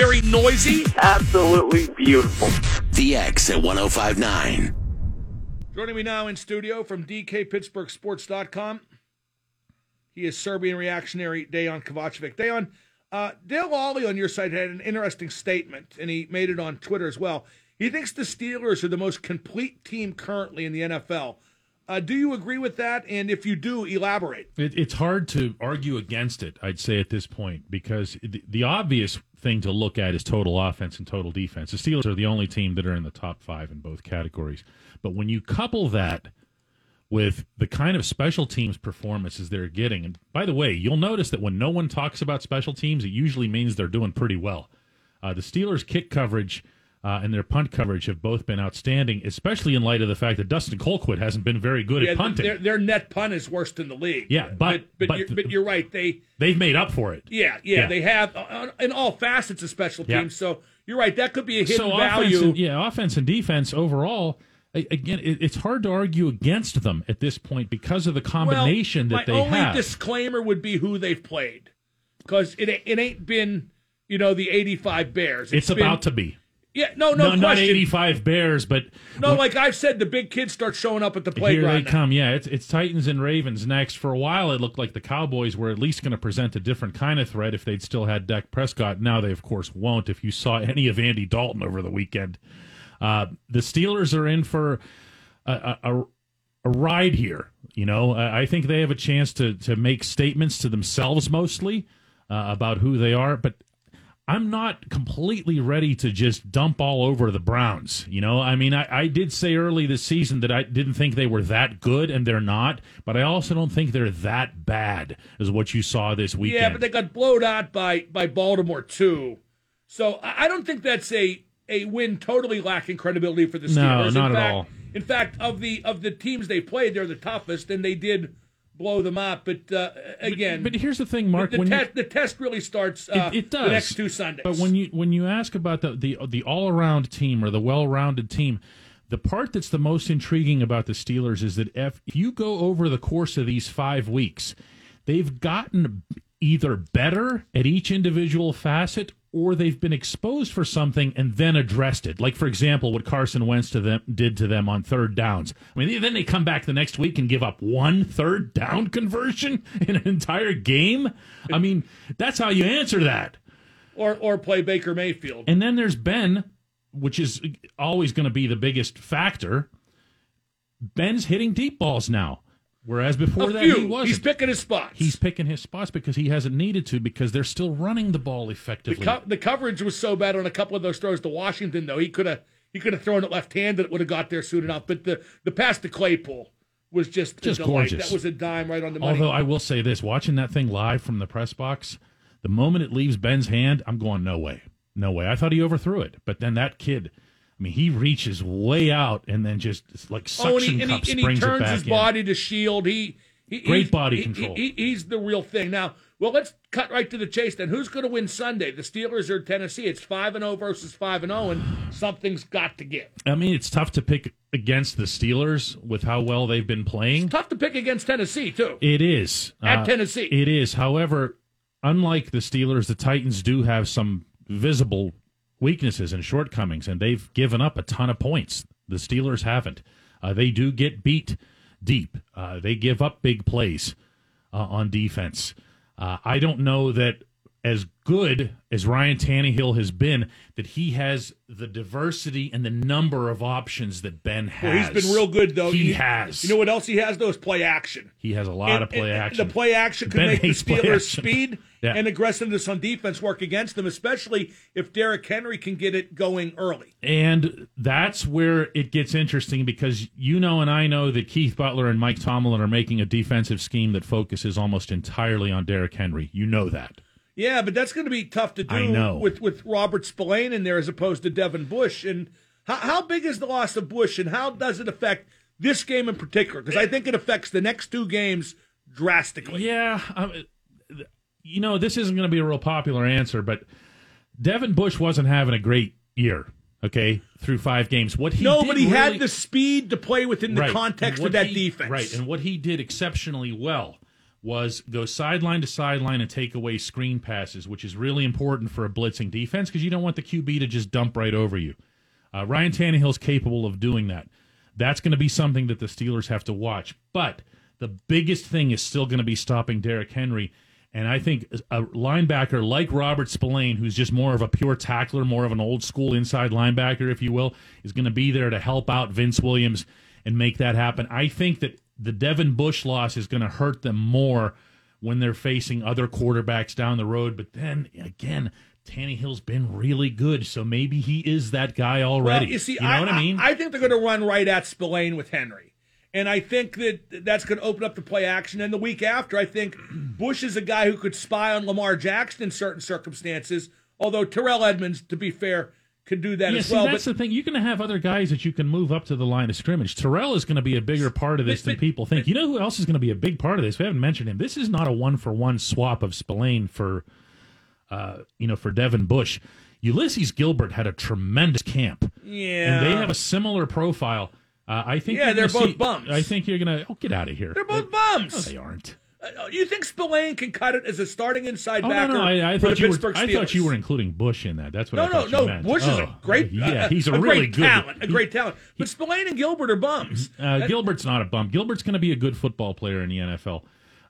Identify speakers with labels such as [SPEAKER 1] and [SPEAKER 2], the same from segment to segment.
[SPEAKER 1] very noisy.
[SPEAKER 2] Absolutely beautiful.
[SPEAKER 3] The X at 1059.
[SPEAKER 1] Joining me now in studio from DKPittsburghSports.com, he is Serbian reactionary Dejan Kovacevic. Dejan, uh, Dale Ollie on your side had an interesting statement, and he made it on Twitter as well. He thinks the Steelers are the most complete team currently in the NFL. Uh, do you agree with that? And if you do, elaborate.
[SPEAKER 4] It, it's hard to argue against it, I'd say, at this point, because the, the, obvious thing to look at is total offense and total defense. The Steelers are the only team that are in the top five in both categories. But when you couple that with the kind of special teams performances they're getting, and by the way, you'll notice that when no one talks about special teams, it usually means they're doing pretty well. Uh, the Steelers' kick coverage. Uh, and their punt coverage have both been outstanding, especially in light of the fact that Dustin Colquitt hasn't been very good
[SPEAKER 1] yeah,
[SPEAKER 4] at punting.
[SPEAKER 1] Their, their, net punt is worse than the league.
[SPEAKER 4] Yeah, but
[SPEAKER 1] but, but, but, you're, but, you're, right. They
[SPEAKER 4] they've made up for it.
[SPEAKER 1] Yeah, yeah, yeah. they have uh, in all facets of special teams. Yeah. So you're right. That could be a hidden
[SPEAKER 4] so
[SPEAKER 1] value.
[SPEAKER 4] And, yeah, offense and defense overall. Again, it, it's hard to argue against them at this point because of the combination
[SPEAKER 1] well,
[SPEAKER 4] that they
[SPEAKER 1] have.
[SPEAKER 4] My only
[SPEAKER 1] disclaimer would be who they've played, because it it ain't been you know the '85 Bears.
[SPEAKER 4] It's, it's
[SPEAKER 1] been,
[SPEAKER 4] about to be.
[SPEAKER 1] Yeah, no, no,
[SPEAKER 4] no not eighty-five Bears, but
[SPEAKER 1] no, like I've said, the big kids start showing up at the playground.
[SPEAKER 4] Here they come. Yeah, it's, it's Titans and Ravens next. For a while, it looked like the Cowboys were at least going to present a different kind of threat if they'd still had Dak Prescott. Now they, of course, won't. If you saw any of Andy Dalton over the weekend, uh, the Steelers are in for a, a, a ride here. You know, I think they have a chance to to make statements to themselves mostly uh, about who they are, but I'm not completely ready to just dump all over the Browns. You know, I mean, I, I, did say early this season that I didn't think they were that good, and they're not. But I also don't think they're that bad, is what you saw this weekend.
[SPEAKER 1] Yeah, but they got blowed out by by Baltimore too. So I don't think that's a a win totally lacking credibility for the Steelers.
[SPEAKER 4] No, not
[SPEAKER 1] in
[SPEAKER 4] at
[SPEAKER 1] fact,
[SPEAKER 4] all.
[SPEAKER 1] In fact, of the of the teams they played, they're the toughest, and they did blow them up. But uh, again,
[SPEAKER 4] but, but, here's the thing, Mark.
[SPEAKER 1] The,
[SPEAKER 4] the,
[SPEAKER 1] te- you, the test really starts. Uh,
[SPEAKER 4] it, it, does
[SPEAKER 1] the next two Sundays.
[SPEAKER 4] But when you when you ask about the the, the all around team or the well rounded team. The part that's the most intriguing about the Steelers is that if, if you go over the course of these five weeks, they've gotten either better at each individual facet or they've been exposed for something and then addressed it. Like, for example, what Carson Wentz to them, did to them on third downs. I mean, they, then they come back the next week and give up one third down conversion in an entire game. I mean, that's how you answer that.
[SPEAKER 1] Or, or play Baker Mayfield.
[SPEAKER 4] And then there's Ben, which is always going to be the biggest factor. Ben's hitting deep balls now. Whereas before
[SPEAKER 1] a
[SPEAKER 4] that,
[SPEAKER 1] few.
[SPEAKER 4] he wasn't.
[SPEAKER 1] He's picking his spots.
[SPEAKER 4] He's picking his spots because he hasn't needed to because they're still running the ball effectively.
[SPEAKER 1] The, co- the coverage was so bad on a couple of those throws to Washington, though. He could have he could have thrown it left handed. It would have got there soon enough. But the the pass to Claypool was just
[SPEAKER 4] just
[SPEAKER 1] delight.
[SPEAKER 4] gorgeous.
[SPEAKER 1] That was a dime right on the money.
[SPEAKER 4] Although I will say this, watching that thing live from the press box, the moment it leaves Ben's hand, I'm going no way, no way. I thought he overthrew it, but then that kid. I mean, he reaches way out and then just like suction
[SPEAKER 1] oh, and he, and
[SPEAKER 4] cup
[SPEAKER 1] he, and
[SPEAKER 4] springs
[SPEAKER 1] he turns
[SPEAKER 4] it back
[SPEAKER 1] his
[SPEAKER 4] in.
[SPEAKER 1] body to shield. He, he
[SPEAKER 4] Great
[SPEAKER 1] he's-
[SPEAKER 4] body
[SPEAKER 1] he-
[SPEAKER 4] control.
[SPEAKER 1] he- he's the real thing. Now, well, let's cut right to the chase. Then, who's going to win Sunday? The Steelers or Tennessee? It's five and zero versus five and zero, and something's got to give.
[SPEAKER 4] I mean, it's tough to pick against the Steelers with how well they've been playing.
[SPEAKER 1] Tough to pick against Tennessee too.
[SPEAKER 4] It is Uh,
[SPEAKER 1] At Tennessee.
[SPEAKER 4] It is. However, unlike the Steelers, the Titans do have some visible weaknesses and shortcomings, and they've given up a ton of points. The Steelers haven't. Uh, they do get beat deep. Uh, they give up big plays uh, on defense. Uh, I don't know that as good as Ryan Tannehill has been, that he has the diversity and the number of options that Ben
[SPEAKER 1] Well,
[SPEAKER 4] has.
[SPEAKER 1] Oh, he's been real good though.
[SPEAKER 4] He
[SPEAKER 1] You-
[SPEAKER 4] has.
[SPEAKER 1] You know what else he has though is play action.
[SPEAKER 4] He has a lot
[SPEAKER 1] And-
[SPEAKER 4] of play
[SPEAKER 1] and-
[SPEAKER 4] action.
[SPEAKER 1] The play action could
[SPEAKER 4] Ben
[SPEAKER 1] make the
[SPEAKER 4] hates play
[SPEAKER 1] Steelers'
[SPEAKER 4] action.
[SPEAKER 1] speed
[SPEAKER 4] Yeah.
[SPEAKER 1] and aggressiveness on defense work against them, especially if Derrick Henry can get it going early.
[SPEAKER 4] And that's where it gets interesting because you know and I know that Keith Butler and Mike Tomlin are making a defensive scheme that focuses almost entirely on Derrick Henry. You know that.
[SPEAKER 1] Yeah, but that's going to be tough to do
[SPEAKER 4] I know.
[SPEAKER 1] with with Robert Spillane in there as opposed to Devin Bush. And how, how big is the loss of Bush, and how does it affect this game in particular? Because I think it affects the next two games drastically.
[SPEAKER 4] Yeah, um, you know this isn't going to be a real popular answer, but Devin Bush wasn't having a great year. Okay, through five games, what he
[SPEAKER 1] no,
[SPEAKER 4] did
[SPEAKER 1] but he
[SPEAKER 4] really-
[SPEAKER 1] had the speed to play within the
[SPEAKER 4] Right.
[SPEAKER 1] context
[SPEAKER 4] What
[SPEAKER 1] of that
[SPEAKER 4] he-
[SPEAKER 1] defense.
[SPEAKER 4] Right, and what he did exceptionally well was go sideline to sideline and take away screen passes, which is really important for a blitzing defense because you don't want the QB to just dump right over you. Uh, Ryan Tannehill's capable of doing that. That's going to be something that the Steelers have to watch. But the biggest thing is still going to be stopping Derrick Henry. And I think a linebacker like Robert Spillane, who's just more of a pure tackler, more of an old school inside linebacker, if you will, is going to be there to help out Vince Williams and make that happen. I think that the Devin Bush loss is going to hurt them more when they're facing other quarterbacks down the road. But then again, Tannehill's been really good, so maybe he is that guy already.
[SPEAKER 1] Well, Uh, you see,
[SPEAKER 4] know
[SPEAKER 1] I,
[SPEAKER 4] what I mean?
[SPEAKER 1] I, think they're going to run right at Spillane with Henry. And I think that that's going to open up the play action. And the week after, I think Bush is a guy who could spy on Lamar Jackson in certain circumstances, although Terrell Edmonds, to be fair, can do that
[SPEAKER 4] yeah,
[SPEAKER 1] as
[SPEAKER 4] see,
[SPEAKER 1] well.
[SPEAKER 4] that's
[SPEAKER 1] but
[SPEAKER 4] the thing. You're going to have other guys that you can move up to the line of scrimmage. Terrell is going to be a bigger part of this
[SPEAKER 1] But-
[SPEAKER 4] than
[SPEAKER 1] but-
[SPEAKER 4] people think. You know who else is going to be a big part of this? We haven't mentioned him. This is not a one for one swap of Spillane for, uh, you know, for Devin Bush. Ulysses Gilbert had a tremendous camp.
[SPEAKER 1] Yeah.
[SPEAKER 4] and they have a similar profile. Uh, I think.
[SPEAKER 1] Yeah,
[SPEAKER 4] you're
[SPEAKER 1] they're
[SPEAKER 4] gonna
[SPEAKER 1] both bums.
[SPEAKER 4] I think you're going to oh, get out of here.
[SPEAKER 1] they're both
[SPEAKER 4] No,
[SPEAKER 1] bums.
[SPEAKER 4] they aren't.
[SPEAKER 1] Uh, You think Spillane can cut it as a starting inside
[SPEAKER 4] Oh no,
[SPEAKER 1] backer
[SPEAKER 4] no! I, I
[SPEAKER 1] for the
[SPEAKER 4] thought you were.
[SPEAKER 1] Pittsburgh
[SPEAKER 4] I
[SPEAKER 1] Steelers?
[SPEAKER 4] thought you were including Bush in that. That's what
[SPEAKER 1] No,
[SPEAKER 4] I
[SPEAKER 1] no,
[SPEAKER 4] thought you
[SPEAKER 1] no.
[SPEAKER 4] meant.
[SPEAKER 1] Bush is
[SPEAKER 4] Oh,
[SPEAKER 1] a great, uh,
[SPEAKER 4] Yeah, he's a,
[SPEAKER 1] a
[SPEAKER 4] really
[SPEAKER 1] great
[SPEAKER 4] good
[SPEAKER 1] talent, a great talent. But Spillane and Gilbert are bums.
[SPEAKER 4] Uh,
[SPEAKER 1] That-
[SPEAKER 4] Gilbert's not a bum. Gilbert's going to be a good football player in the NFL.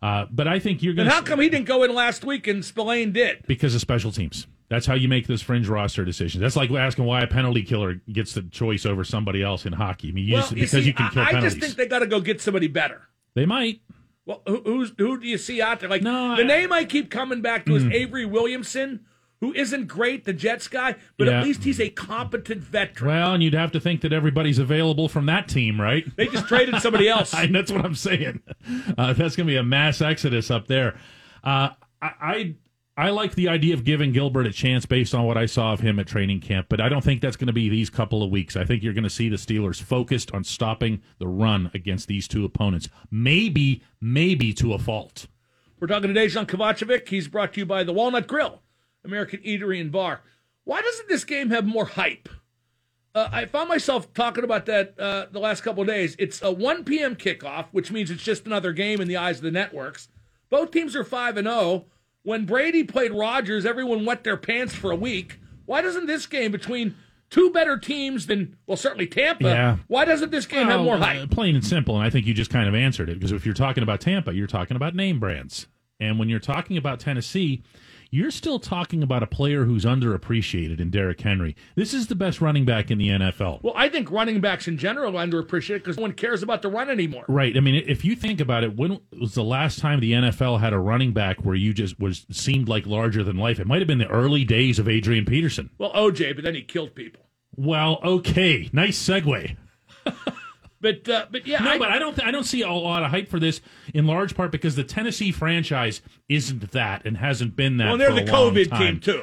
[SPEAKER 4] Uh, but I think you're going
[SPEAKER 1] and
[SPEAKER 4] to
[SPEAKER 1] how come he didn't go in last week and Spillane did?
[SPEAKER 4] because of special teams. That's how you make those fringe roster decisions. That's like asking why a penalty killer gets the choice over somebody else in hockey. I mean, you
[SPEAKER 1] Well,
[SPEAKER 4] just,
[SPEAKER 1] you
[SPEAKER 4] because
[SPEAKER 1] see,
[SPEAKER 4] you can kill
[SPEAKER 1] I, I
[SPEAKER 4] penalties.
[SPEAKER 1] just think they got to go get somebody better.
[SPEAKER 4] they might.
[SPEAKER 1] Well, who, who's who do you see out there? Like
[SPEAKER 4] No, I-
[SPEAKER 1] the
[SPEAKER 4] Hmm.
[SPEAKER 1] name I keep coming back to is Avery Williamson, who isn't great, the Jets guy, but
[SPEAKER 4] Yeah.
[SPEAKER 1] at least he's a competent veteran.
[SPEAKER 4] Well, and you'd have to think that everybody's available from that team, right?
[SPEAKER 1] They just traded somebody else.
[SPEAKER 4] I, that's what I'm saying. Uh, that's going to be a mass exodus up there. Uh, I, I I like the idea of giving Gilbert a chance based on what I saw of him at training camp, but I don't think that's going to be these couple of weeks. I think you're going to see the Steelers focused on stopping the run against these two opponents, maybe maybe to a fault.
[SPEAKER 1] We're talking today, John Kovacevic. He's brought to you by the Walnut Grill, American Eatery and Bar. Why doesn't this game have more hype? Uh, I found myself talking about that uh, the last couple of days. It's a 1 p.m. kickoff, which means it's just another game in the eyes of the networks. Both teams are 5 and 0. When Brady played Rodgers, everyone wet their pants for a week. Why doesn't this game between two better teams than, well, certainly Tampa,
[SPEAKER 4] Yeah.
[SPEAKER 1] why doesn't this game have more
[SPEAKER 4] Well,
[SPEAKER 1] hype?
[SPEAKER 4] uh, plain and simple, and I think you just kind of answered it because if you're talking about Tampa, you're talking about name brands, and when you're talking about Tennessee, you're still talking about a player who's underappreciated in Derrick Henry. This is the best running back in the NFL.
[SPEAKER 1] Well, I think running backs in general are underappreciated because no one cares about the run anymore.
[SPEAKER 4] Right. I mean, if you think about it, when was the last time the NFL had a running back where you just was seemed like larger than life? It might have been the early days of Adrian Peterson.
[SPEAKER 1] Well, OJ, but then he killed people.
[SPEAKER 4] Well, okay, nice segue.
[SPEAKER 1] But uh, but yeah,
[SPEAKER 4] No,
[SPEAKER 1] I,
[SPEAKER 4] but I don't. Th- I don't see a lot of hype for this, in large part because the Tennessee franchise isn't that and hasn't been that.
[SPEAKER 1] well, they're
[SPEAKER 4] for a
[SPEAKER 1] the
[SPEAKER 4] long
[SPEAKER 1] COVID
[SPEAKER 4] time.
[SPEAKER 1] team too.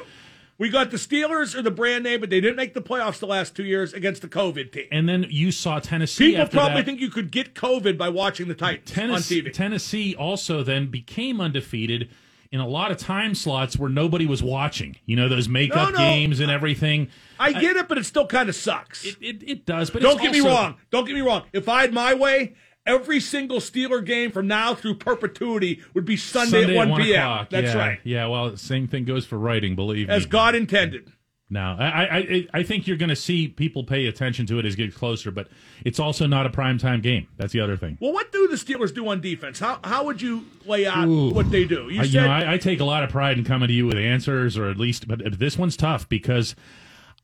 [SPEAKER 1] We got the Steelers or the brand name, but they didn't make the playoffs the last two years against the COVID team.
[SPEAKER 4] And then you saw Tennessee.
[SPEAKER 1] People
[SPEAKER 4] after
[SPEAKER 1] probably
[SPEAKER 4] that.
[SPEAKER 1] think you could get COVID by watching the Titans
[SPEAKER 4] Tennessee,
[SPEAKER 1] on TV.
[SPEAKER 4] Tennessee also then became undefeated in a lot of time slots where nobody was watching. You know those makeup
[SPEAKER 1] no.
[SPEAKER 4] games and everything.
[SPEAKER 1] I get it, but it still kind of sucks.
[SPEAKER 4] It, it, it does, but
[SPEAKER 1] Don't
[SPEAKER 4] it's
[SPEAKER 1] get me
[SPEAKER 4] also-
[SPEAKER 1] wrong. Don't get me wrong. If I had my way, every single Steeler game from now through perpetuity would be Sunday,
[SPEAKER 4] Sunday
[SPEAKER 1] at 1 p.m.
[SPEAKER 4] o'clock,
[SPEAKER 1] That's
[SPEAKER 4] yeah.
[SPEAKER 1] right.
[SPEAKER 4] Yeah, well, same thing goes for writing. Believe
[SPEAKER 1] As
[SPEAKER 4] me.
[SPEAKER 1] God intended.
[SPEAKER 4] No, I I I- I think you're going to see people pay attention to it as it gets closer, but it's also not a prime time game. That's the other thing.
[SPEAKER 1] Well, what do the Steelers do on defense? How how would you lay out
[SPEAKER 4] Ooh.
[SPEAKER 1] what they do? You
[SPEAKER 4] I,
[SPEAKER 1] said
[SPEAKER 4] you know, I, I take a lot of pride in coming to you with answers, or at least, but this one's tough because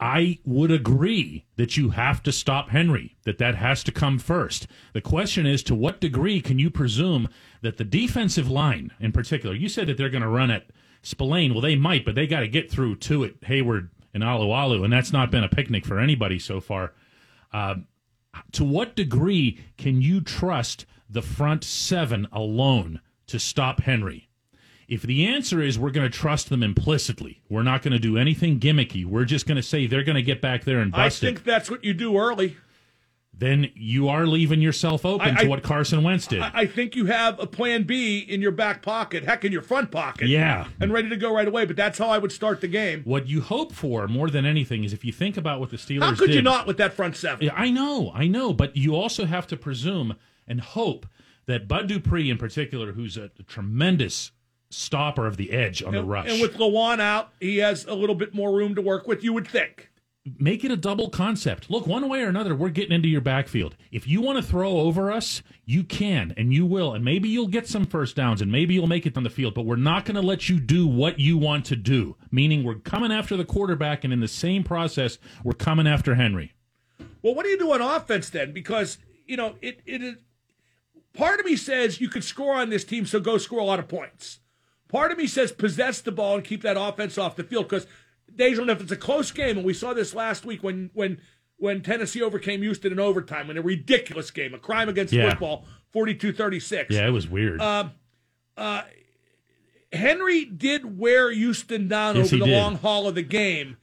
[SPEAKER 4] I would agree that you have to stop Henry, that that has to come first. The question is, to what degree can you presume that the defensive line, in particular, you said that they're going to run at Spillane. Well, they might, but they got to get through to it, Hayward and Alu Alu, and that's not been a picnic for anybody so far. Um, to what degree can you trust the front seven alone to stop Henry? If the answer is we're going to trust them implicitly, we're not going to do anything gimmicky, we're just going to say they're going to get back there and
[SPEAKER 1] I
[SPEAKER 4] bust
[SPEAKER 1] think
[SPEAKER 4] it,
[SPEAKER 1] that's what you do early.
[SPEAKER 4] then you are leaving yourself open
[SPEAKER 1] I-
[SPEAKER 4] to
[SPEAKER 1] I-
[SPEAKER 4] what Carson Wentz did.
[SPEAKER 1] I I think you have a plan B in your back pocket, heck, in your front pocket.
[SPEAKER 4] Yeah.
[SPEAKER 1] And ready to go right away. But that's how I would start the game.
[SPEAKER 4] what you hope for more than anything is if you think about what the Steelers
[SPEAKER 1] How could
[SPEAKER 4] did.
[SPEAKER 1] you not with that front seven?
[SPEAKER 4] Yeah, I know, I know, but you also have to presume and hope that Bud Dupree, in particular, who's a tremendous stopper of the edge on the
[SPEAKER 1] And-
[SPEAKER 4] rush,
[SPEAKER 1] And with Lawan out, he has a little bit more room to work with, you would think.
[SPEAKER 4] make it a double concept. Look, one way or another, we're getting into your backfield. If you want to throw over us, you can and you will. And maybe you'll get some first downs and maybe you'll make it on the field, but we're not going to let you do what you want to do, meaning we're coming after the quarterback and in the same process, we're coming after Henry.
[SPEAKER 1] Well, what do you do on offense then? Because, you know, it, it is. Part of me says you could score on this team, so go score a lot of points. Part of me says possess the ball and keep that offense off the field because they don't know if it's a close game. And we saw this last week when when when Tennessee overcame Houston in overtime in a ridiculous game, a crime against
[SPEAKER 4] Yeah.
[SPEAKER 1] football, 42 36.
[SPEAKER 4] Yeah, it was weird.
[SPEAKER 1] Henry did wear Houston down
[SPEAKER 4] Yes,
[SPEAKER 1] over
[SPEAKER 4] he
[SPEAKER 1] the
[SPEAKER 4] did.
[SPEAKER 1] long haul of the game.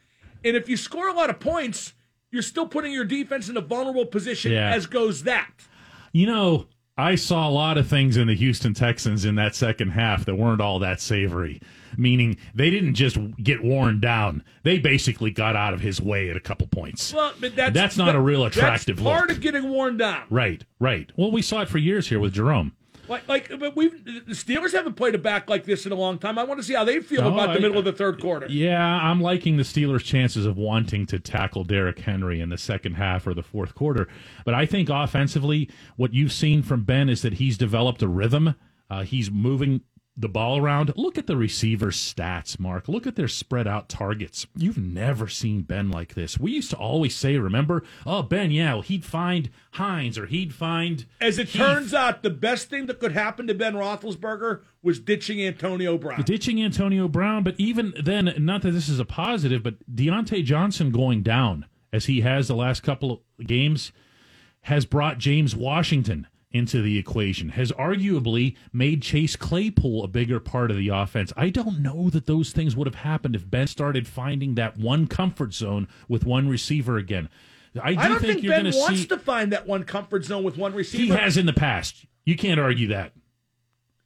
[SPEAKER 1] And if you score a lot of points, you're still putting your defense in a vulnerable position,
[SPEAKER 4] Yeah.
[SPEAKER 1] as goes that.
[SPEAKER 4] you know, I saw a lot of things in the Houston Texans in that second half that weren't all that savory. Meaning they didn't just get worn down; they basically got out of his way at a couple points.
[SPEAKER 1] Well, but that's,
[SPEAKER 4] That's not a real
[SPEAKER 1] that's
[SPEAKER 4] attractive
[SPEAKER 1] part
[SPEAKER 4] look.
[SPEAKER 1] of getting worn down.
[SPEAKER 4] Right, right. Well, we saw it for years here with Jerome.
[SPEAKER 1] Like, like, but we the Steelers haven't played a back like this in a long time. I want to see how they feel
[SPEAKER 4] No,
[SPEAKER 1] about the
[SPEAKER 4] I-
[SPEAKER 1] middle of the third quarter.
[SPEAKER 4] Yeah, I'm liking the Steelers' chances of wanting to tackle Derrick Henry in the second half or the fourth quarter. But I think offensively, what you've seen from Ben is that he's developed a rhythm. Uh, he's moving the ball around. Look at the receiver stats, Mark. Look at their spread out targets. You've never seen Ben like this. We used to always say, remember, oh, Ben, yeah, well, he'd find Hines or he'd find.
[SPEAKER 1] As it
[SPEAKER 4] Heath.
[SPEAKER 1] turns out, the best thing that could happen to Ben Roethlisberger was ditching Antonio Brown.
[SPEAKER 4] ditching Antonio Brown, but even then, not that this is a positive, but Deontay Johnson going down as he has the last couple of games has brought James Washington into the equation, has arguably made Chase Claypool a bigger part of the offense. I don't know that those things would have happened if Ben started finding that one comfort zone with one receiver again. I do
[SPEAKER 1] I don't
[SPEAKER 4] think,
[SPEAKER 1] think,
[SPEAKER 4] you're
[SPEAKER 1] Ben
[SPEAKER 4] going
[SPEAKER 1] wants
[SPEAKER 4] see
[SPEAKER 1] to find that one comfort zone with one receiver.
[SPEAKER 4] he has in the past. You can't argue that.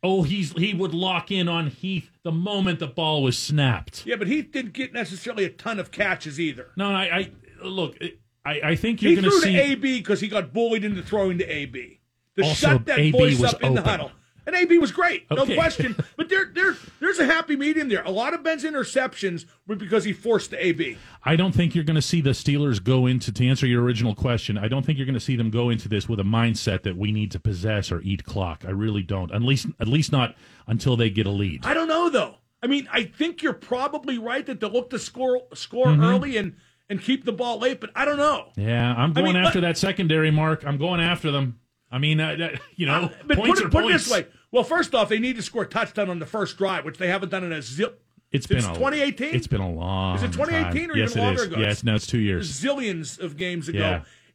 [SPEAKER 4] Oh, he's he would lock in on Heath the moment the ball was snapped.
[SPEAKER 1] Yeah, but he didn't get necessarily a ton of catches either.
[SPEAKER 4] No, I, I look. I, I think you're
[SPEAKER 1] He
[SPEAKER 4] going to
[SPEAKER 1] threw
[SPEAKER 4] see.
[SPEAKER 1] to AB because he got bullied into throwing to AB. To
[SPEAKER 4] Also,
[SPEAKER 1] shut that
[SPEAKER 4] AB
[SPEAKER 1] voice
[SPEAKER 4] was
[SPEAKER 1] up in the
[SPEAKER 4] open.
[SPEAKER 1] huddle. And AB was great, no
[SPEAKER 4] Okay.
[SPEAKER 1] question. But there, there, there's a happy medium there. A lot of Ben's interceptions were because he forced the AB.
[SPEAKER 4] I don't think you're going to see the Steelers go into to answer your original question. I don't think you're going to see them go into this with a mindset that we need to possess or eat clock. I really don't. At least at least not until they get a lead.
[SPEAKER 1] I don't know though. I mean, I think you're probably right that they'll look to score score
[SPEAKER 4] Mm-hmm.
[SPEAKER 1] early and and keep the ball late. But I don't know.
[SPEAKER 4] yeah, I'm
[SPEAKER 1] I
[SPEAKER 4] going
[SPEAKER 1] mean,
[SPEAKER 4] after that secondary mark. I'm going after them. I mean, uh, that- you know,
[SPEAKER 1] But
[SPEAKER 4] points
[SPEAKER 1] put,
[SPEAKER 4] are
[SPEAKER 1] it, put it
[SPEAKER 4] points.
[SPEAKER 1] this way. Well, first off, they need to score a touchdown on the first drive, which they haven't done in a zip
[SPEAKER 4] It's been
[SPEAKER 1] Since
[SPEAKER 4] a-
[SPEAKER 1] 2018?
[SPEAKER 4] It's been a long.
[SPEAKER 1] Is it 2018
[SPEAKER 4] time.
[SPEAKER 1] or
[SPEAKER 4] yes,
[SPEAKER 1] even
[SPEAKER 4] it
[SPEAKER 1] longer
[SPEAKER 4] is.
[SPEAKER 1] ago?
[SPEAKER 4] Yes, no, it's two years.
[SPEAKER 1] zillions of games ago.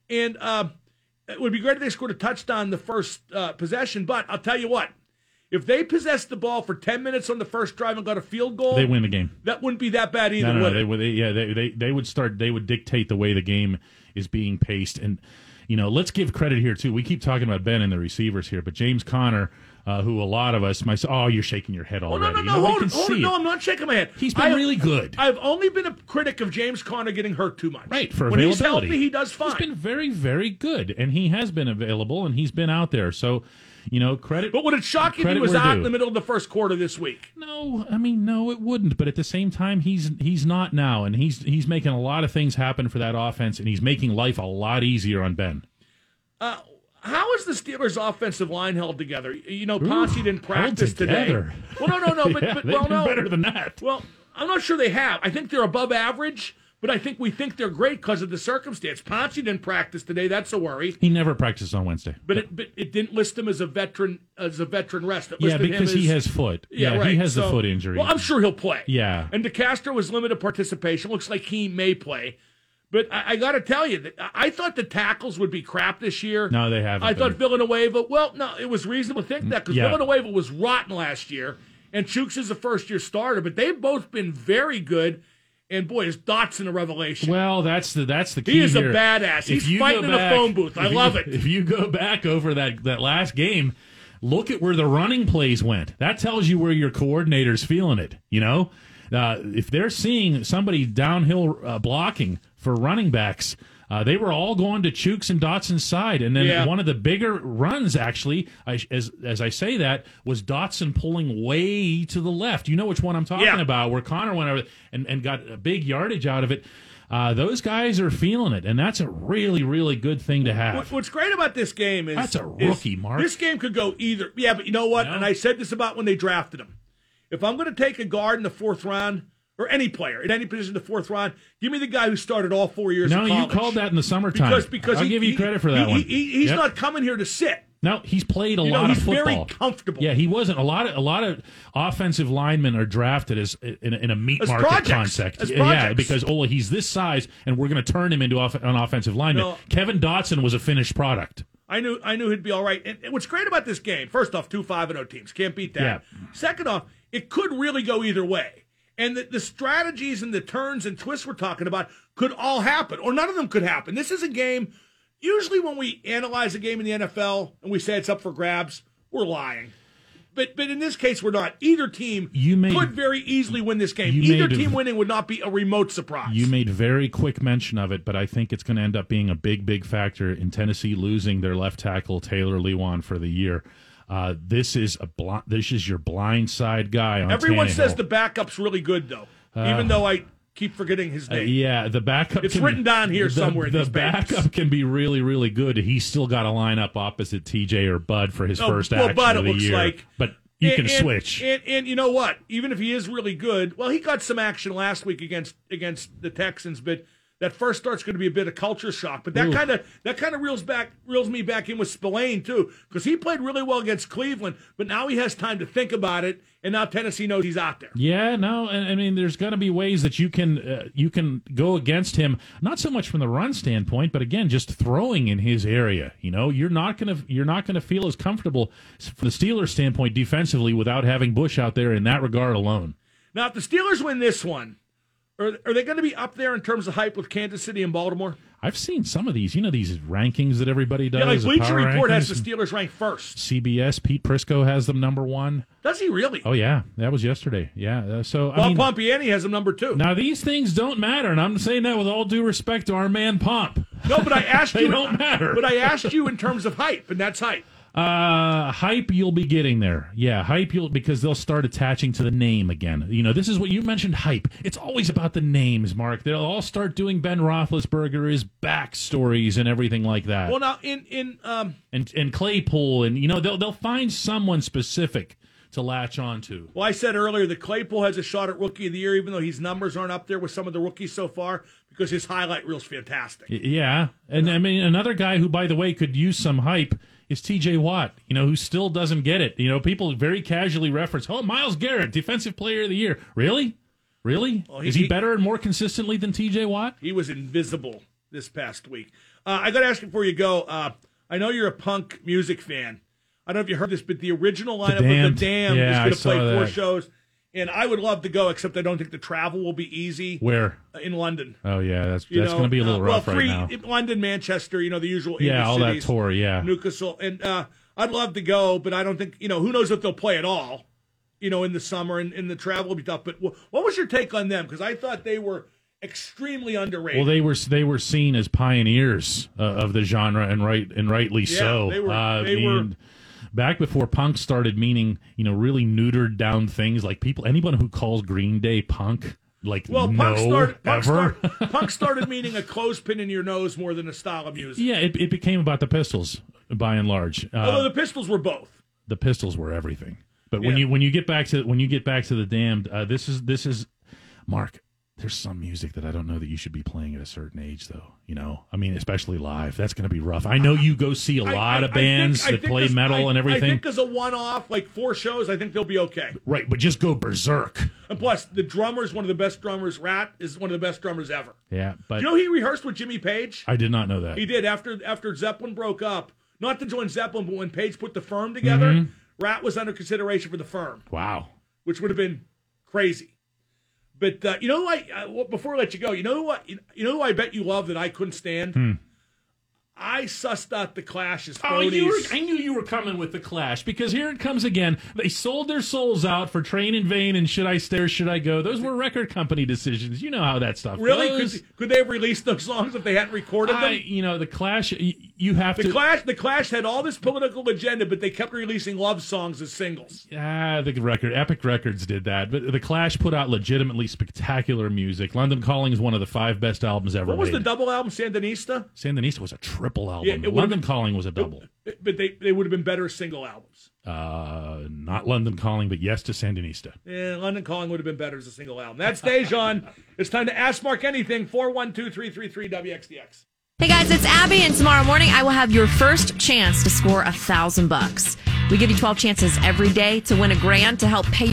[SPEAKER 4] Yeah.
[SPEAKER 1] And uh, it would be great if they scored a touchdown the first uh, possession. But I'll tell you what, if they possessed the ball for 10 minutes on the first drive and got a field goal,
[SPEAKER 4] They win the game.
[SPEAKER 1] that wouldn't be that bad either,
[SPEAKER 4] No, no,
[SPEAKER 1] would
[SPEAKER 4] no, they
[SPEAKER 1] it?
[SPEAKER 4] would. They, yeah, they, they they would start. They would dictate the way the game is being paced. And you know, let's give credit here too. We keep talking about Ben and the receivers here, but James Conner, uh, who a lot of us, myself, oh, you're shaking your head
[SPEAKER 1] Oh,
[SPEAKER 4] already.
[SPEAKER 1] no, no,
[SPEAKER 4] You
[SPEAKER 1] no,
[SPEAKER 4] know, we
[SPEAKER 1] hold
[SPEAKER 4] can
[SPEAKER 1] it, hold it.
[SPEAKER 4] see
[SPEAKER 1] No, I'm not shaking my head.
[SPEAKER 4] He's been
[SPEAKER 1] I-
[SPEAKER 4] really good.
[SPEAKER 1] I've only been a critic of James Conner getting hurt too much.
[SPEAKER 4] Right for
[SPEAKER 1] when
[SPEAKER 4] availability,
[SPEAKER 1] he's healthy, he does fine.
[SPEAKER 4] He's been very, very good, and he has been available, and he's been out there. So, you know, credit.
[SPEAKER 1] but would it shock you if he
[SPEAKER 4] Credit
[SPEAKER 1] was
[SPEAKER 4] where
[SPEAKER 1] out in
[SPEAKER 4] due.
[SPEAKER 1] the middle of the first quarter this week?
[SPEAKER 4] No, I mean no, it wouldn't. But at the same time, he's he's not now, and he's he's making a lot of things happen for that offense, and he's making life a lot easier on Ben.
[SPEAKER 1] Uh, How is the Steelers' offensive line held together? You know, Ponce didn't practice today.
[SPEAKER 4] together.
[SPEAKER 1] Well, no, no, no, but,
[SPEAKER 4] Yeah,
[SPEAKER 1] but
[SPEAKER 4] they've
[SPEAKER 1] well,
[SPEAKER 4] been
[SPEAKER 1] no.
[SPEAKER 4] better than that.
[SPEAKER 1] Well, I'm not sure they have. I think they're above average, but I think we think they're great because of the circumstance. Ponce didn't practice today. That's a worry.
[SPEAKER 4] He never practiced on Wednesday.
[SPEAKER 1] But it, but it didn't list him as a veteran as a veteran rest. It
[SPEAKER 4] yeah,
[SPEAKER 1] listed him
[SPEAKER 4] because he
[SPEAKER 1] as-
[SPEAKER 4] has foot.
[SPEAKER 1] Yeah, right.
[SPEAKER 4] he has the
[SPEAKER 1] So-
[SPEAKER 4] foot injury.
[SPEAKER 1] Well, I'm sure he'll play.
[SPEAKER 4] Yeah.
[SPEAKER 1] And DeCastro was limited participation. Looks like he may play. But I, I got to tell you, that I- I thought the tackles would be crap this year.
[SPEAKER 4] No, they haven't
[SPEAKER 1] I thought
[SPEAKER 4] been.
[SPEAKER 1] Villanueva. Well, no, it was reasonable to think that because
[SPEAKER 4] Yeah.
[SPEAKER 1] Villanueva was rotten last year, and Chooks is a first-year starter. But they've both been very good. And boy, is Dotson a revelation?
[SPEAKER 4] Well, that's the that's the key.
[SPEAKER 1] is a
[SPEAKER 4] here.
[SPEAKER 1] badass. He's
[SPEAKER 4] you
[SPEAKER 1] fighting
[SPEAKER 4] go
[SPEAKER 1] in a phone booth. I
[SPEAKER 4] if you-
[SPEAKER 1] love it.
[SPEAKER 4] If you go back over that that last game, look at where the running plays went. That tells you where your coordinator's feeling it. You know, uh, if they're seeing somebody downhill uh, blocking for running backs. Uh, they were all going to Chooks and Dotson's side, and then
[SPEAKER 1] Yeah.
[SPEAKER 4] one of the bigger runs, actually, I, as as I say that, was Dotson pulling way to the left. You know which one I'm talking
[SPEAKER 1] Yeah.
[SPEAKER 4] about, where Connor went over and, and got a big yardage out of it. Uh, those guys are feeling it, and that's a really, really good thing to have.
[SPEAKER 1] What- What's great about this game is
[SPEAKER 4] That's a
[SPEAKER 1] is
[SPEAKER 4] rookie, Mark.
[SPEAKER 1] This game could go either. Yeah, but you know what?
[SPEAKER 4] No.
[SPEAKER 1] And I said this about when they drafted him. If I'm going to take a guard in the fourth round or any player in any position in the fourth round, give me the guy who started all four years.
[SPEAKER 4] No,
[SPEAKER 1] of
[SPEAKER 4] you
[SPEAKER 1] college.
[SPEAKER 4] called that in the summertime.
[SPEAKER 1] because because
[SPEAKER 4] I'll
[SPEAKER 1] he-
[SPEAKER 4] give you
[SPEAKER 1] he-
[SPEAKER 4] credit for that
[SPEAKER 1] he-
[SPEAKER 4] one.
[SPEAKER 1] he- he's
[SPEAKER 4] Yep.
[SPEAKER 1] not coming here to sit.
[SPEAKER 4] No, he's played a
[SPEAKER 1] You know,
[SPEAKER 4] lot
[SPEAKER 1] he's
[SPEAKER 4] of football.
[SPEAKER 1] very comfortable.
[SPEAKER 4] Yeah, he wasn't. A lot of a lot of offensive linemen are drafted as in, a- in a meat
[SPEAKER 1] As
[SPEAKER 4] market
[SPEAKER 1] projects.
[SPEAKER 4] concept.
[SPEAKER 1] As
[SPEAKER 4] yeah,
[SPEAKER 1] projects.
[SPEAKER 4] because oh, he's this size, and we're going to turn him into off, an offensive lineman.
[SPEAKER 1] No.
[SPEAKER 4] Kevin Dotson was a finished product.
[SPEAKER 1] I knew I knew he'd be all right. And and what's great about this game, first off, two five and O teams can't beat that.
[SPEAKER 4] Yeah.
[SPEAKER 1] Second off, it could really go either way. And the, the strategies and the turns and twists we're talking about could all happen, or none of them could happen. This is a game. Usually, when we analyze a game in the NFL and we say it's up for grabs, we're lying. But but in this case, we're not. Either team
[SPEAKER 4] You made-
[SPEAKER 1] could very easily win this game.
[SPEAKER 4] you
[SPEAKER 1] Either
[SPEAKER 4] made a-
[SPEAKER 1] team winning would not be a remote surprise.
[SPEAKER 4] You made very quick mention of it, but I think it's going to end up being a big, big factor in Tennessee losing their left tackle Taylor Lewan for the year. Uh, this is a bl- this is your blindside guy. On
[SPEAKER 1] Everyone
[SPEAKER 4] Tannehill.
[SPEAKER 1] says the backup's really good though, even though I keep forgetting his
[SPEAKER 4] Uh,
[SPEAKER 1] name.
[SPEAKER 4] yeah, the backup.
[SPEAKER 1] It's written down here
[SPEAKER 4] the-
[SPEAKER 1] somewhere in
[SPEAKER 4] The
[SPEAKER 1] these papers.
[SPEAKER 4] backup can be really, really good. He's still got to line up opposite TJ or Bud for his
[SPEAKER 1] Oh,
[SPEAKER 4] first
[SPEAKER 1] well,
[SPEAKER 4] action
[SPEAKER 1] Bud,
[SPEAKER 4] of
[SPEAKER 1] it
[SPEAKER 4] the
[SPEAKER 1] looks
[SPEAKER 4] year.
[SPEAKER 1] like-
[SPEAKER 4] but you
[SPEAKER 1] And-
[SPEAKER 4] can
[SPEAKER 1] and-
[SPEAKER 4] switch.
[SPEAKER 1] And, and you know what? Even if he is really good, well, he got some action last week against against the Texans, but that first start's going to be a bit of culture shock. But that
[SPEAKER 4] Ooh.
[SPEAKER 1] kind of that kind of reels back reels me back in with Spillane too, because he played really well against Cleveland, but now he has time to think about it, and now Tennessee knows he's out there.
[SPEAKER 4] Yeah, no, and I mean, there's going to be ways that you can uh, you can go against him. Not so much from the run standpoint, but again, just throwing in his area. You know, you're not gonna you're not gonna feel as comfortable s- from the Steelers' standpoint defensively without having Bush out there in that regard alone.
[SPEAKER 1] Now, if the Steelers win this one, are, are they going to be up there in terms of hype with Kansas City and Baltimore?
[SPEAKER 4] I've seen some of these, you know, these rankings that everybody does.
[SPEAKER 1] Yeah, like
[SPEAKER 4] the
[SPEAKER 1] Bleacher
[SPEAKER 4] power
[SPEAKER 1] Report has
[SPEAKER 4] rankings.
[SPEAKER 1] the Steelers ranked first.
[SPEAKER 4] CBS. Pete Prisco has them number one.
[SPEAKER 1] Does he really?
[SPEAKER 4] Oh yeah, that was yesterday. Yeah, uh, so I
[SPEAKER 1] Paul
[SPEAKER 4] mean,
[SPEAKER 1] Pompiani has him number two.
[SPEAKER 4] now these things don't matter, and I'm saying that with all due respect to our man Pomp.
[SPEAKER 1] No, but I asked
[SPEAKER 4] They
[SPEAKER 1] you.
[SPEAKER 4] don't matter.
[SPEAKER 1] But I asked you in terms of hype, and that's hype.
[SPEAKER 4] Uh, hype, you'll be getting there. Yeah, hype, you'll because they'll start attaching to the name again. You know, this is what you mentioned. Hype. It's always about the names, Mark. They'll all start doing Ben Roethlisberger his backstories and everything like that,
[SPEAKER 1] Well, now in in um,
[SPEAKER 4] and and Claypool, and you know they'll they'll find someone specific to latch on to.
[SPEAKER 1] well, I said earlier that Claypool has a shot at rookie of the year, even though his numbers aren't up there with some of the rookies so far, because his highlight reel's fantastic.
[SPEAKER 4] Yeah, and I mean another guy who, by the way, could use some hype is T.J. Watt. You know, who still doesn't get it. You know, people very casually reference, "Oh, Miles Garrett, Defensive Player of the Year." Really, really,
[SPEAKER 1] he-
[SPEAKER 4] is he,
[SPEAKER 1] he-
[SPEAKER 4] better and more consistently than T.J. Watt?
[SPEAKER 1] He was invisible this past week. Uh, I got to ask you before you go. Uh, I know you're a punk music fan. I don't know if you heard this, but the original lineup
[SPEAKER 4] Damned.
[SPEAKER 1] of the Damned
[SPEAKER 4] Yeah, I
[SPEAKER 1] is
[SPEAKER 4] saw
[SPEAKER 1] going to play four
[SPEAKER 4] that.
[SPEAKER 1] shows, and I would love to go, except I don't think the travel will be easy
[SPEAKER 4] Where?
[SPEAKER 1] uh, in London.
[SPEAKER 4] Oh yeah, that's
[SPEAKER 1] You
[SPEAKER 4] that's
[SPEAKER 1] know,
[SPEAKER 4] going to be a little
[SPEAKER 1] uh,
[SPEAKER 4] rough
[SPEAKER 1] well,
[SPEAKER 4] right
[SPEAKER 1] three,
[SPEAKER 4] now.
[SPEAKER 1] London, Manchester, you know the usual.
[SPEAKER 4] Yeah,
[SPEAKER 1] English
[SPEAKER 4] all that
[SPEAKER 1] cities,
[SPEAKER 4] tour. Yeah,
[SPEAKER 1] Newcastle, and uh, I'd love to go, but I don't think you know who knows if they'll play at all. You know, in the summer and, and the travel will be tough. But wh- what was your take on them? Because I thought they were extremely underrated.
[SPEAKER 4] Well, they were they were seen as pioneers uh, of the genre, and right and rightly
[SPEAKER 1] Yeah,
[SPEAKER 4] so.
[SPEAKER 1] they were-
[SPEAKER 4] Uh,
[SPEAKER 1] they were-
[SPEAKER 4] and back before punk started meaning you know really neutered down things like people anyone who calls Green Day punk like
[SPEAKER 1] well,
[SPEAKER 4] no
[SPEAKER 1] punk started. Punk,
[SPEAKER 4] ever.
[SPEAKER 1] Start, punk started meaning a clothespin in your nose more than a style of music.
[SPEAKER 4] yeah, it, it became about the Pistols by and large. Uh,
[SPEAKER 1] Although the Pistols were both.
[SPEAKER 4] the Pistols were everything. But when
[SPEAKER 1] Yeah.
[SPEAKER 4] you when you get back to when you get back to the damned, uh, this is this is Mark. There's some music that I don't know that you should be playing at a certain age, though. You know, I mean, especially live. That's going to be rough. I know you go see a
[SPEAKER 1] I-
[SPEAKER 4] lot
[SPEAKER 1] I-
[SPEAKER 4] of
[SPEAKER 1] I think-
[SPEAKER 4] bands
[SPEAKER 1] I
[SPEAKER 4] that
[SPEAKER 1] think
[SPEAKER 4] play
[SPEAKER 1] as-
[SPEAKER 4] metal
[SPEAKER 1] I-
[SPEAKER 4] and
[SPEAKER 1] I
[SPEAKER 4] everything,
[SPEAKER 1] think as a one-off, like four shows, I think they'll be okay.
[SPEAKER 4] right? But just go berserk.
[SPEAKER 1] And plus, the drummer is one of the best drummers. Rat is one of the best drummers ever.
[SPEAKER 4] Yeah, but
[SPEAKER 1] You know he rehearsed with Jimmy Page.
[SPEAKER 4] I did not know that.
[SPEAKER 1] He did after after Zeppelin broke up. Not to join Zeppelin, but when Page put the firm together,
[SPEAKER 4] Mm-hmm.
[SPEAKER 1] Rat was under consideration for the firm,
[SPEAKER 4] Wow.
[SPEAKER 1] which would have been crazy. But uh, you know, who I uh, well, before I let you go, you know what? You know who I bet you love that I couldn't stand. I sussed out the Clash's
[SPEAKER 4] Hmm. Oh, you were,
[SPEAKER 1] phonies.
[SPEAKER 4] I knew you were coming with the clash because here it comes again. They sold their souls out for Train in Vain and Should I Stare, Should I Go? Those were record company decisions. You know how that stuff
[SPEAKER 1] really?
[SPEAKER 4] goes.
[SPEAKER 1] Could, could they have released those songs if they hadn't recorded them?
[SPEAKER 4] I, you know, the clash, y- you have
[SPEAKER 1] the
[SPEAKER 4] to.
[SPEAKER 1] Clash, the Clash had all this political agenda, but they kept releasing love songs as singles.
[SPEAKER 4] Ah, the record, Epic Records did that. But the Clash put out legitimately spectacular music. London Calling is one of the five best albums ever
[SPEAKER 1] What was
[SPEAKER 4] made.
[SPEAKER 1] the double album, Sandinista?
[SPEAKER 4] Sandinista was a triple
[SPEAKER 1] Yeah,
[SPEAKER 4] album.
[SPEAKER 1] it would've
[SPEAKER 4] London Calling was a double.
[SPEAKER 1] But they, they would have been better as single albums.
[SPEAKER 4] Uh, not London Calling, but yes to Sandinista.
[SPEAKER 1] Yeah, London Calling would have been better as a single album. That's Dejan. it's time to ask Mark anything. 412 333 WXDX.
[SPEAKER 5] Hey guys, it's Abby, and tomorrow morning I will have your first chance to score a thousand bucks. We give you 12 chances every day to win a grand to help pay your